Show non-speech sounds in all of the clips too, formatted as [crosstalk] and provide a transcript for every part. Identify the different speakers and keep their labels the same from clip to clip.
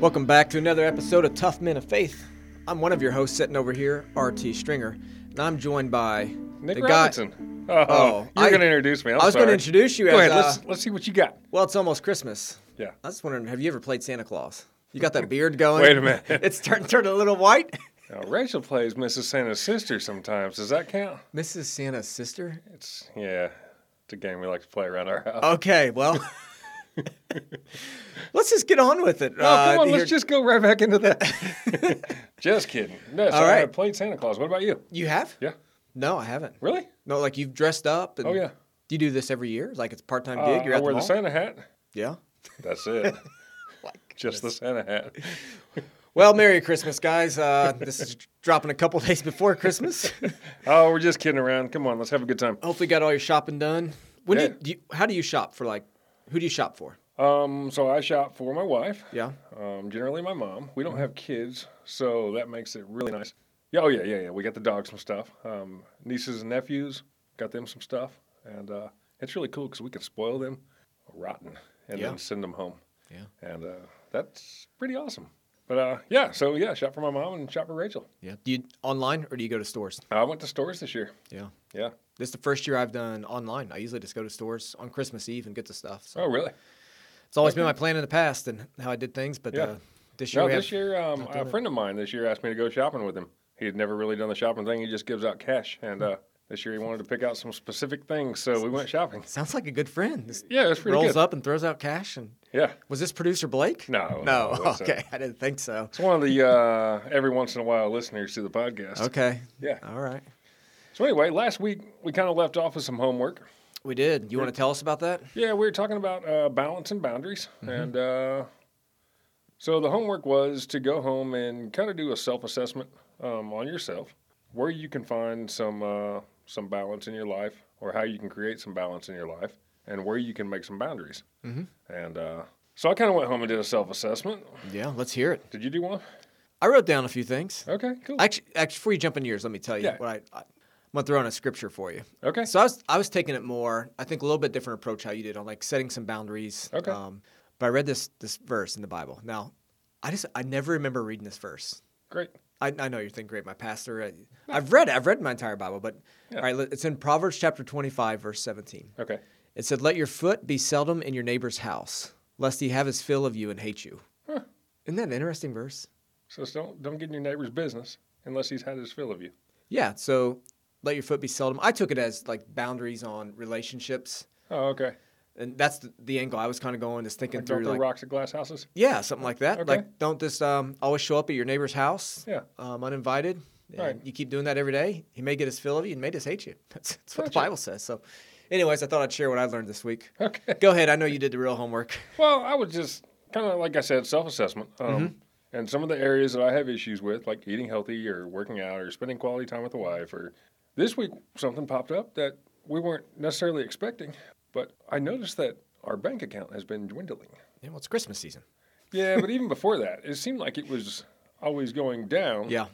Speaker 1: Welcome back to another episode of Tough Men of Faith. I'm one of your hosts sitting over here, R.T. Stringer, and I'm joined by
Speaker 2: Nick
Speaker 1: the guy.
Speaker 2: Robinson. oh,
Speaker 1: Oh,
Speaker 2: you're
Speaker 1: I-
Speaker 2: going to introduce me. i
Speaker 1: I was gonna introduce you
Speaker 2: Go
Speaker 1: as,
Speaker 2: ahead.
Speaker 1: uh,
Speaker 2: let's let's see what you got.
Speaker 1: Well, it's almost Christmas.
Speaker 2: Yeah.
Speaker 1: I was just wondering, have you ever played Santa Claus? You got that beard going.
Speaker 2: Wait a minute.
Speaker 1: [laughs] it's turned turned a little white.
Speaker 2: Now, Rachel plays Mrs. Santa's sister sometimes. Does that count?
Speaker 1: Mrs. Santa's sister.
Speaker 2: It's yeah. It's a game we like to play around our
Speaker 1: Uh,
Speaker 2: house.
Speaker 1: Okay,
Speaker 2: [laughs]
Speaker 1: well, let's just get on with it. uh,
Speaker 2: Oh, come on,
Speaker 1: here-
Speaker 2: let's just go right back
Speaker 1: [laughs]
Speaker 2: into that. just kidding. No, so I
Speaker 1: right.
Speaker 2: have played Santa Claus. What about you?
Speaker 1: You have?
Speaker 2: Yeah.
Speaker 1: No, I haven't.
Speaker 2: Really?
Speaker 1: No, like you've dressed up. And
Speaker 2: Oh yeah.
Speaker 1: Do you do this every year? Like it's a part time
Speaker 2: Uh,
Speaker 1: gig. You're
Speaker 2: I
Speaker 1: at
Speaker 2: wear
Speaker 1: the, mall?
Speaker 2: the Santa hat.
Speaker 1: Yeah.
Speaker 2: That's
Speaker 1: [laughs]
Speaker 2: it. just the Santa hat.
Speaker 1: Well, Merry Christmas, guys. Uh, this is dropping a couple [laughs] days before [laughs] Christmas.
Speaker 2: Oh, we're just kidding around. Come on, let's have a good time.
Speaker 1: Hopefully, got all your shopping done. When do,
Speaker 2: Yeah.
Speaker 1: you, do you, how do you shop for like? Who do you shop for?
Speaker 2: Um, so I shop for my wife.
Speaker 1: Yeah.
Speaker 2: um, generally my mom. We don't
Speaker 1: Mm-hmm.
Speaker 2: have kids, so that makes it really nice. Yeah, oh yeah, yeah, yeah. We got the dog some stuff. Um, nieces and nephews got them some stuff, and uh, it's really cool because we can spoil them rotten and
Speaker 1: Yeah.
Speaker 2: then send them home.
Speaker 1: Yeah.
Speaker 2: and uh, that's pretty awesome. But uh, yeah, so yeah, shop for my mom and shop for Rachel.
Speaker 1: Yeah. Do you online or do you go to stores?
Speaker 2: I went to stores this year.
Speaker 1: Yeah.
Speaker 2: Yeah.
Speaker 1: This is the first year I've done online. I usually just go to stores on Christmas Eve and get the stuff. So
Speaker 2: Oh really?
Speaker 1: it's always been my plan in the past and how I did things. But
Speaker 2: Yeah.
Speaker 1: uh, this year,
Speaker 2: no,
Speaker 1: we
Speaker 2: this
Speaker 1: have,
Speaker 2: year um,
Speaker 1: not
Speaker 2: a
Speaker 1: done it.
Speaker 2: friend of mine this year asked me to go shopping with him. He had never really done the shopping thing. He just gives out cash,
Speaker 1: Hmm.
Speaker 2: and uh, this year he wanted to pick out some specific things, so we went shopping.
Speaker 1: sounds like a good friend. Just
Speaker 2: Yeah, that's pretty
Speaker 1: rolls
Speaker 2: good.
Speaker 1: up and throws out cash. And
Speaker 2: Yeah,
Speaker 1: was this producer Blake?
Speaker 2: No,
Speaker 1: No.
Speaker 2: no, that's,
Speaker 1: [laughs]
Speaker 2: uh,
Speaker 1: okay, I didn't think so.
Speaker 2: it's one of the uh, every once in a while listeners to the podcast.
Speaker 1: Okay.
Speaker 2: Yeah.
Speaker 1: All right.
Speaker 2: So anyway, last week we kind of left off with some homework.
Speaker 1: We did. You want to tell us about that?
Speaker 2: Yeah, we were talking about uh, balance and boundaries,
Speaker 1: Mm-hmm.
Speaker 2: and uh, so the homework was to go home and kind of do a self-assessment um, on yourself, where you can find some uh, some balance in your life, or how you can create some balance in your life, and where you can make some boundaries.
Speaker 1: Mhm.
Speaker 2: And uh, so I kind of went home and did a self-assessment.
Speaker 1: Yeah, let's hear it.
Speaker 2: Did you do one?
Speaker 1: I wrote down a few things.
Speaker 2: Okay, cool.
Speaker 1: Actually, actually before you jump into yours, let me tell you
Speaker 2: Yeah.
Speaker 1: what I, I, I'm going to throw in a scripture for you.
Speaker 2: okay.
Speaker 1: So I was, I was taking it more, I think, a little bit different approach how you did on like setting some boundaries.
Speaker 2: Okay.
Speaker 1: Um, but I read this this verse in the Bible. Now, I just I never remember reading this verse.
Speaker 2: Great.
Speaker 1: I, I know you're thinking, great, my pastor. I, I've read I've read my entire Bible, but
Speaker 2: Yeah.
Speaker 1: all right, let- it's in Proverbs chapter 25, verse 17.
Speaker 2: Okay.
Speaker 1: It said, "Let your foot be seldom in your neighbor's house, lest he have his fill of you and hate you."
Speaker 2: Huh.
Speaker 1: Isn't that an interesting verse?
Speaker 2: So it's don't don't get in your neighbor's business unless he's had his fill of you.
Speaker 1: Yeah, so let your foot be seldom. I took it as like boundaries on relationships,
Speaker 2: Oh, okay.
Speaker 1: and that's the, the angle I was kind of going, is thinking
Speaker 2: Like don't
Speaker 1: through
Speaker 2: throw
Speaker 1: like
Speaker 2: rocks at glass houses. [laughs]
Speaker 1: yeah, something like that.
Speaker 2: Okay.
Speaker 1: Like don't just um, always show up at your neighbor's house
Speaker 2: Yeah.
Speaker 1: um, uninvited. And
Speaker 2: Right.
Speaker 1: You keep doing that every day. He may get his fill of you and may just hate you. [laughs] That's, that's what the
Speaker 2: Gotcha.
Speaker 1: Bible says. So, anyways, I thought I'd share what I learned this week.
Speaker 2: Okay.
Speaker 1: Go ahead. I know you did the real homework. [laughs]
Speaker 2: Well, I was just kind of like I said, self-assessment. Um,
Speaker 1: Mm-hmm.
Speaker 2: And some of the areas that I have issues with, like eating healthy or working out or spending quality time with the wife, or this week something popped up that we weren't necessarily expecting, but I noticed that our bank account has
Speaker 1: [laughs]
Speaker 2: been dwindling.
Speaker 1: Yeah, well, it's Christmas season.
Speaker 2: Yeah, but even before that, it seemed like it was always going down.
Speaker 1: Yeah.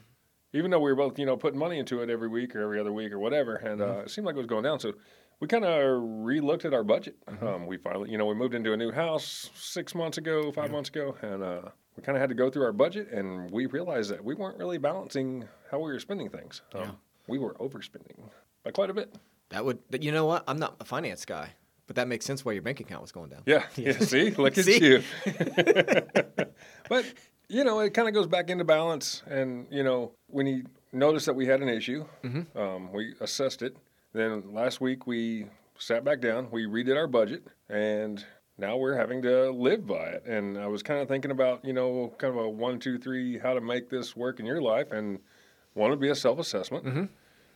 Speaker 2: even though we were both, you know, putting money into it every week or every other week or whatever, and uh, it seemed like it was going down. So we kind of re-looked at our budget. Um, we finally, you know, we moved into a new house six months ago, five months ago, and uh, we kind of had to go through our budget, and we realized that we weren't really balancing how we were spending things. Um,
Speaker 1: Yeah.
Speaker 2: We were overspending by quite a bit.
Speaker 1: That would, that- you know what? I'm not a finance guy, but that makes sense why your bank account was going down.
Speaker 2: Yeah. Yeah. See, look at
Speaker 1: See?
Speaker 2: you. but you know, it kind of goes back into balance, and you know, when you noticed that we had an issue, um, we assessed it. Then last week we sat back down, we redid our budget, and now we're having to live by it. And I was kind of thinking about you know, kind of a one, two, three, how to make this work in your life, and one would be a self assessment.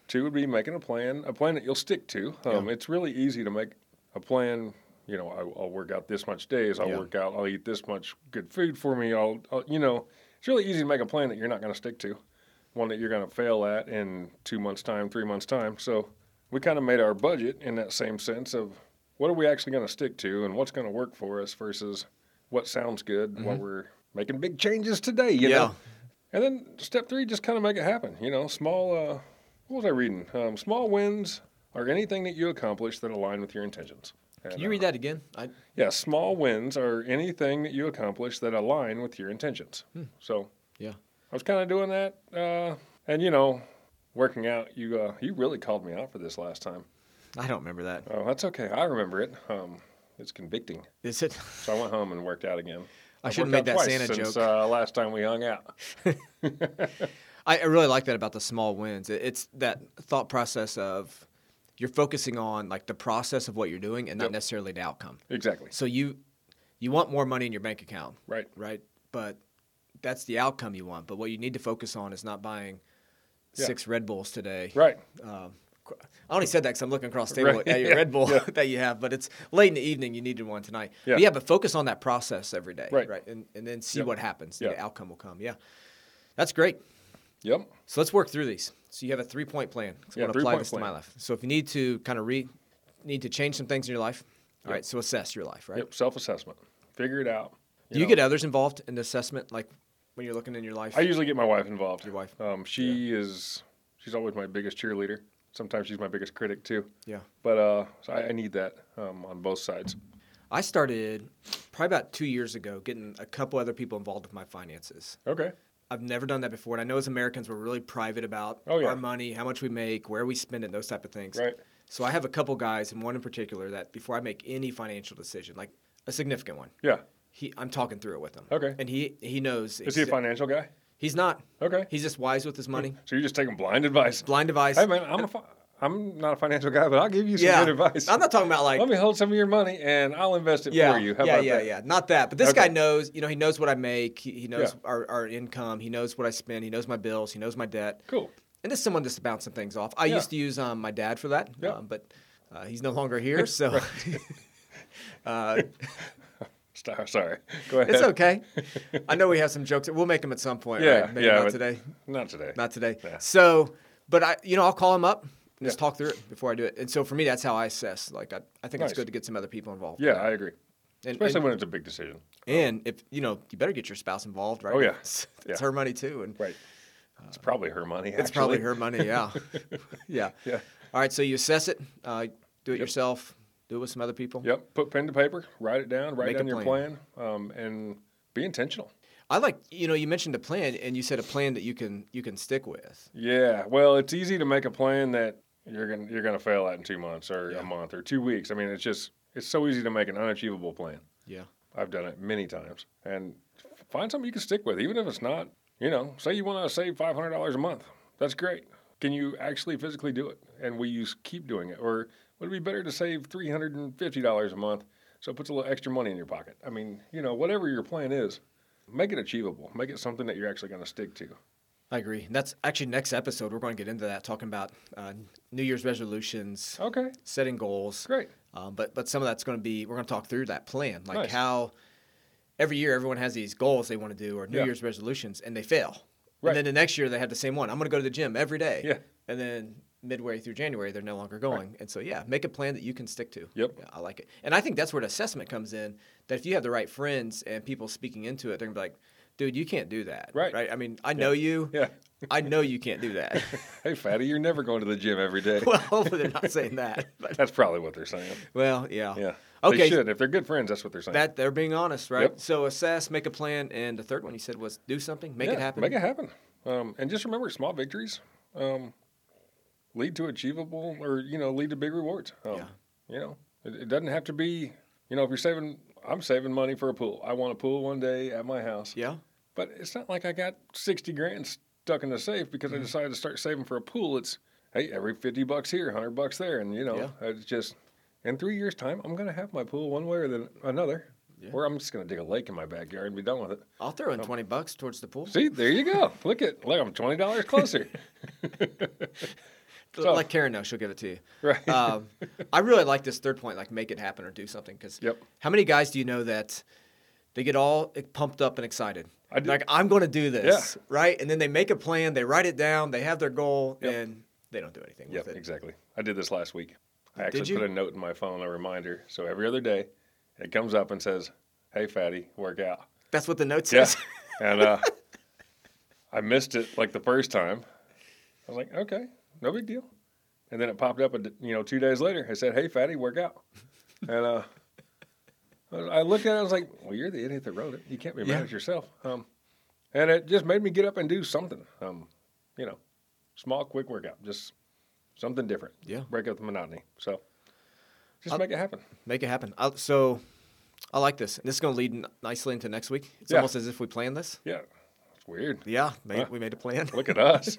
Speaker 2: Two would be making a plan, a plan that you'll stick to. Um, It's really easy to make a plan. You know, I, I'll work out this much days. I'll
Speaker 1: Yeah.
Speaker 2: work out. I'll eat this much good food for me. I'll, I'll, you know, it's really easy to make a plan that you're not going to stick to, one that you're going to fail at in two months' time, three months' time. So we kind of made our budget in that same sense of what are we actually going to stick to and what's going to work for us versus what sounds good while we're making big changes today. You
Speaker 1: Mm-hmm. Yeah.
Speaker 2: know. And then step three, just kind of make it happen. You know, small. Uh, what was I reading? Um, small wins are anything that you accomplish that align with your intentions.
Speaker 1: Can
Speaker 2: And,
Speaker 1: you
Speaker 2: uh,
Speaker 1: read that again? I,
Speaker 2: Yeah, small wins are anything that you accomplish that align with your intentions.
Speaker 1: Hmm.
Speaker 2: So,
Speaker 1: Yeah.
Speaker 2: I was kind of doing that, uh, and you know, working out. You uh, you really called me out for this last time.
Speaker 1: I don't remember that.
Speaker 2: Oh, that's okay. I remember it. Um, it's convicting.
Speaker 1: Is it?
Speaker 2: So I went home and worked out again.
Speaker 1: I
Speaker 2: I've
Speaker 1: should have made
Speaker 2: worked
Speaker 1: that
Speaker 2: out twice
Speaker 1: Santa
Speaker 2: since,
Speaker 1: joke.
Speaker 2: Uh, last time we hung out.
Speaker 1: I, I really like that about the small wins. It, it's that thought process of you're focusing on like the process of what you're doing and not
Speaker 2: Yep.
Speaker 1: necessarily the outcome.
Speaker 2: Exactly.
Speaker 1: So you you want more money in your bank account,
Speaker 2: Right.
Speaker 1: right? But that's the outcome you want. But what you need to focus on is not buying
Speaker 2: Yeah.
Speaker 1: six Red Bulls today.
Speaker 2: Right.
Speaker 1: Um, qu- I only said that because I'm looking across the table
Speaker 2: Right.
Speaker 1: at your
Speaker 2: [laughs] Yeah.
Speaker 1: Red Bull
Speaker 2: Yeah.
Speaker 1: [laughs] that you have, but it's late in the evening. You needed one tonight.
Speaker 2: Yeah.
Speaker 1: But yeah, but focus on that process every day,
Speaker 2: Right.
Speaker 1: And, and then see
Speaker 2: Yep.
Speaker 1: what happens.
Speaker 2: Yep.
Speaker 1: The outcome will come. Yeah, that's great.
Speaker 2: Yep.
Speaker 1: So let's work through these. So you have a three point plan. 'cause
Speaker 2: Yeah,
Speaker 1: I'm gonna apply
Speaker 2: three-point
Speaker 1: this to my
Speaker 2: plan.
Speaker 1: life. So if you need to kind of re need to change some things in your life, all
Speaker 2: Yep.
Speaker 1: right. So assess your life, right?
Speaker 2: Yep. Self-assessment. Figure it out.
Speaker 1: Do you
Speaker 2: know.
Speaker 1: get others involved in the assessment, like when you're looking in your life?
Speaker 2: I usually get my wife involved.
Speaker 1: Your wife.
Speaker 2: Um, she is. She's always my biggest cheerleader. Sometimes she's my biggest critic too.
Speaker 1: yeah.
Speaker 2: But uh, so I, I need that um, on both sides.
Speaker 1: I started probably about two years ago getting a couple other people involved with my finances.
Speaker 2: Okay.
Speaker 1: I've never done that before, and I know as Americans we're really private about
Speaker 2: Oh, yeah.
Speaker 1: our money, how much we make, where we spend it, those type of things.
Speaker 2: Right.
Speaker 1: So I have a couple guys, and one in particular, that before I make any financial decision, like a significant one,
Speaker 2: Yeah.
Speaker 1: he I'm talking through it with him.
Speaker 2: Okay.
Speaker 1: And he he knows.
Speaker 2: Is he a
Speaker 1: exa-
Speaker 2: financial guy?
Speaker 1: He's not.
Speaker 2: Okay.
Speaker 1: He's just wise with his money.
Speaker 2: So you're just taking blind advice.
Speaker 1: Blind advice.
Speaker 2: Hey man, I'm a fi- I'm not a financial guy, but I'll give you some
Speaker 1: yeah.
Speaker 2: good advice.
Speaker 1: I'm not talking about like
Speaker 2: Let me hold some of your money and I'll invest it for you. How
Speaker 1: yeah,
Speaker 2: about
Speaker 1: yeah,
Speaker 2: that?
Speaker 1: yeah. Not that, but this
Speaker 2: Okay.
Speaker 1: guy knows. You know, he knows what I make. He, he knows
Speaker 2: Yeah.
Speaker 1: our, our income. He knows what I spend. He knows my bills. He knows my debt.
Speaker 2: Cool.
Speaker 1: And this is someone just to bounce some things off. I
Speaker 2: Yeah.
Speaker 1: used to use um, my dad for that,
Speaker 2: Yeah.
Speaker 1: um, but uh, he's no
Speaker 2: [laughs]
Speaker 1: longer here, so [laughs] uh,
Speaker 2: Star, [laughs] sorry. Go ahead.
Speaker 1: it's
Speaker 2: [laughs]
Speaker 1: okay. I know we have some jokes. We'll make them at some point.
Speaker 2: Yeah,
Speaker 1: right? maybe
Speaker 2: yeah,
Speaker 1: not
Speaker 2: but-
Speaker 1: today.
Speaker 2: Not today.
Speaker 1: Not today.
Speaker 2: Yeah.
Speaker 1: So, but I, you know, I'll call him up. and Just
Speaker 2: Yeah.
Speaker 1: talk through it before I do it. And so for me, that's how I assess. Like I, I think
Speaker 2: Nice.
Speaker 1: it's good to get some other people involved.
Speaker 2: yeah, I agree.
Speaker 1: And-
Speaker 2: Especially
Speaker 1: and-
Speaker 2: when it's a big decision.
Speaker 1: And if you know, you better get your spouse involved, right?
Speaker 2: Oh, yeah.
Speaker 1: [laughs] it's,
Speaker 2: Yeah.
Speaker 1: her money too, and
Speaker 2: Right. It's probably her money.
Speaker 1: Uh, it's probably her money. Yeah, yeah.
Speaker 2: [laughs] Yeah.
Speaker 1: All right, so you assess it, uh, do it
Speaker 2: Yep.
Speaker 1: yourself, do it with some other people.
Speaker 2: Yep. Put pen to paper. Write it down. Write
Speaker 1: Make a
Speaker 2: down your plan. Um, and be intentional.
Speaker 1: I like, you know, you mentioned a plan, and you said a plan that you can you can stick with.
Speaker 2: Yeah. Well, it's easy to make a plan that you're gonna you're gonna fail at in two months or
Speaker 1: Yeah.
Speaker 2: a month or two weeks. I mean, it's just it's so easy to make an unachievable plan.
Speaker 1: Yeah,
Speaker 2: I've done it many times. And find something you can stick with, even if it's not, you know, say you want to save $500 a month. That's great. Can you actually physically do it? And will you s- keep doing it? Or would it be better to save $350 a month so it puts a little extra money in your pocket? I mean, you know, whatever your plan is, make it achievable. Make it something that you're actually going to stick to.
Speaker 1: I agree. And that's actually next episode. We're going to get into that, talking about uh, New Year's resolutions,
Speaker 2: Okay,
Speaker 1: setting goals.
Speaker 2: great.
Speaker 1: Um, but but some of that's going to be we're going to talk through that plan, like
Speaker 2: Nice.
Speaker 1: how every year everyone has these goals they want to do or New
Speaker 2: Yeah.
Speaker 1: Year's resolutions and they fail.
Speaker 2: Right.
Speaker 1: And then the next year they have the same one. I'm going to go to the gym every day.
Speaker 2: Yeah.
Speaker 1: And then midway through January they're no longer going. And so yeah, make a plan that you can stick to.
Speaker 2: Yep.
Speaker 1: Yeah, I like it. And I think that's where the assessment comes in. That if you have the right friends and people speaking into it, they're going to be like, "Dude, you can't do that."
Speaker 2: Right.
Speaker 1: Right. I mean, I know you.
Speaker 2: Yeah.
Speaker 1: I know you can't do
Speaker 2: [laughs]
Speaker 1: that. [laughs]
Speaker 2: Hey, fatty, you're never going to the gym every day.
Speaker 1: well, hopefully they're not saying that. But,
Speaker 2: [laughs] that's probably what they're saying.
Speaker 1: well, yeah.
Speaker 2: Yeah. They
Speaker 1: Oh. Okay.
Speaker 2: should. If they're good friends, that's what they're saying.
Speaker 1: That they're being honest, right?
Speaker 2: Yep.
Speaker 1: So assess, make a plan, and the third one you said was do something, make it
Speaker 2: Yeah,
Speaker 1: happen.
Speaker 2: Make it happen. Um, and just remember, small victories um, lead to achievable, or you know, lead to big rewards. Um,
Speaker 1: Yeah.
Speaker 2: You know, it, it doesn't have to be. You know, if you're saving, I'm saving money for a pool. I want a pool one day at my house.
Speaker 1: Yeah,
Speaker 2: But it's not like I got sixty grand stuck in the safe because
Speaker 1: Mm-hmm.
Speaker 2: I decided to start saving for a pool. It's hey, every fifty bucks here, hundred bucks there, and you know,
Speaker 1: Yeah.
Speaker 2: it's just in three years' time, I'm gonna have my pool one way or the, another.
Speaker 1: Yeah.
Speaker 2: Or I'm just gonna dig a lake in my backyard and be done with it.
Speaker 1: I'll throw in twenty bucks towards the pool.
Speaker 2: See, there you
Speaker 1: [laughs]
Speaker 2: go. Look at look, I'm twenty dollars closer. so-
Speaker 1: Let Karen know; she'll give it to
Speaker 2: [laughs]
Speaker 1: you.
Speaker 2: right.
Speaker 1: Um, I really like this third point, like make it happen or do something. Because
Speaker 2: Yep.
Speaker 1: how many guys do you know that they get all e, pumped up and excited?
Speaker 2: I do.
Speaker 1: Like I'm going to do this, right? And then they make a plan, they write it down, they have their goal,
Speaker 2: Yep.
Speaker 1: and they don't do anything
Speaker 2: yep,
Speaker 1: with it.
Speaker 2: exactly. I did this last week. I
Speaker 1: Did
Speaker 2: actually
Speaker 1: you?
Speaker 2: put a note in my phone, a reminder. So every other day it comes up and says, Hey fatty, work out.
Speaker 1: That's what the note
Speaker 2: Yeah.
Speaker 1: says. [laughs]
Speaker 2: and uh, I missed it like the first time. I was like, okay, no big deal. And then it popped up, a d you know, two days later. It said, hey, fatty, work out. and uh, I I looked at it. I was like, "Well, you're the idiot that wrote it. You can't be mad
Speaker 1: Yeah.
Speaker 2: at yourself." Um, and it just made me get up and do something. Um, you know, small, quick workout, just something different.
Speaker 1: Yeah.
Speaker 2: break up the monotony. So, just
Speaker 1: I'll-
Speaker 2: make it happen.
Speaker 1: Make it happen. i so I like this. This is going to lead n- nicely into next week. It's
Speaker 2: Yeah.
Speaker 1: almost as if we planned this.
Speaker 2: Yeah, it's weird.
Speaker 1: Yeah, made,
Speaker 2: Huh.
Speaker 1: we made a plan.
Speaker 2: Look
Speaker 1: [laughs]
Speaker 2: at us.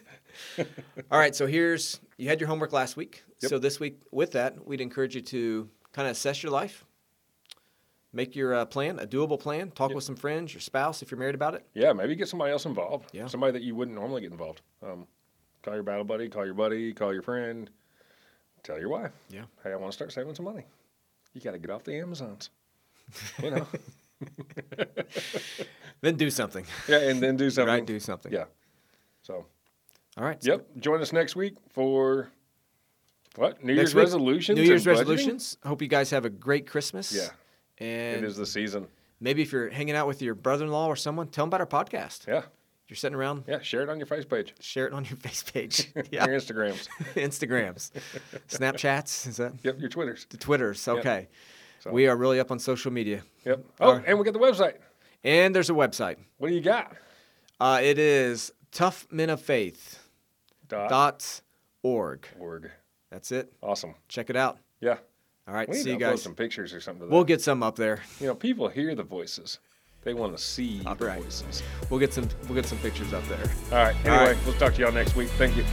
Speaker 1: All right, so here's you had your homework last week.
Speaker 2: Yep.
Speaker 1: So this week, with that, we'd encourage you to kind of assess your life, make your uh, plan a doable plan. Talk with some friends, your spouse, if you're married about it.
Speaker 2: Yeah, maybe get somebody else involved.
Speaker 1: Yeah.
Speaker 2: Somebody that you wouldn't normally get involved. Um, call your battle buddy, call your buddy, call your friend, tell your wife.
Speaker 1: Yeah.
Speaker 2: Hey, I want to start saving some money. You got to get off the Amazons.
Speaker 1: [laughs]
Speaker 2: You know?
Speaker 1: Then do something. [laughs]
Speaker 2: yeah, and then do something.
Speaker 1: Right, do something.
Speaker 2: Yeah. So,
Speaker 1: All right.
Speaker 2: yep. Join us next week for what? New
Speaker 1: Next
Speaker 2: Year's
Speaker 1: week,
Speaker 2: resolutions?
Speaker 1: New Year's
Speaker 2: and budgeting?
Speaker 1: resolutions. Hope you guys have a great Christmas.
Speaker 2: Yeah. It
Speaker 1: And
Speaker 2: is the season.
Speaker 1: maybe if you're hanging out with your brother-in-law or someone, tell them about our podcast.
Speaker 2: Yeah.
Speaker 1: You're sitting around,
Speaker 2: Yeah. Share it on your face page, [laughs]
Speaker 1: share it on your [laughs] face page.
Speaker 2: yeah.
Speaker 1: yeah.
Speaker 2: your Instagrams. [laughs]
Speaker 1: Instagrams, Snapchats. Is that
Speaker 2: yep. Your Twitters.
Speaker 1: the Twitters? Okay.
Speaker 2: So-
Speaker 1: We are really up on social media.
Speaker 2: Yep. Oh,
Speaker 1: Alright.
Speaker 2: and we got the website.
Speaker 1: And there's a website.
Speaker 2: What do you got?
Speaker 1: Uh, it is toughmenoffaith.org.
Speaker 2: org.
Speaker 1: That's it.
Speaker 2: Awesome.
Speaker 1: Check it out.
Speaker 2: Yeah.
Speaker 1: All right.
Speaker 2: We need
Speaker 1: See you
Speaker 2: to upload
Speaker 1: guys.
Speaker 2: some pictures or something. To that.
Speaker 1: We'll get some up there.
Speaker 2: you know, people hear the voices. They want to see
Speaker 1: All
Speaker 2: the
Speaker 1: right.
Speaker 2: voices.
Speaker 1: We'll get some. We'll get some pictures up there.
Speaker 2: All right. Anyway,
Speaker 1: right.
Speaker 2: we'll talk to y'all next week. Thank you.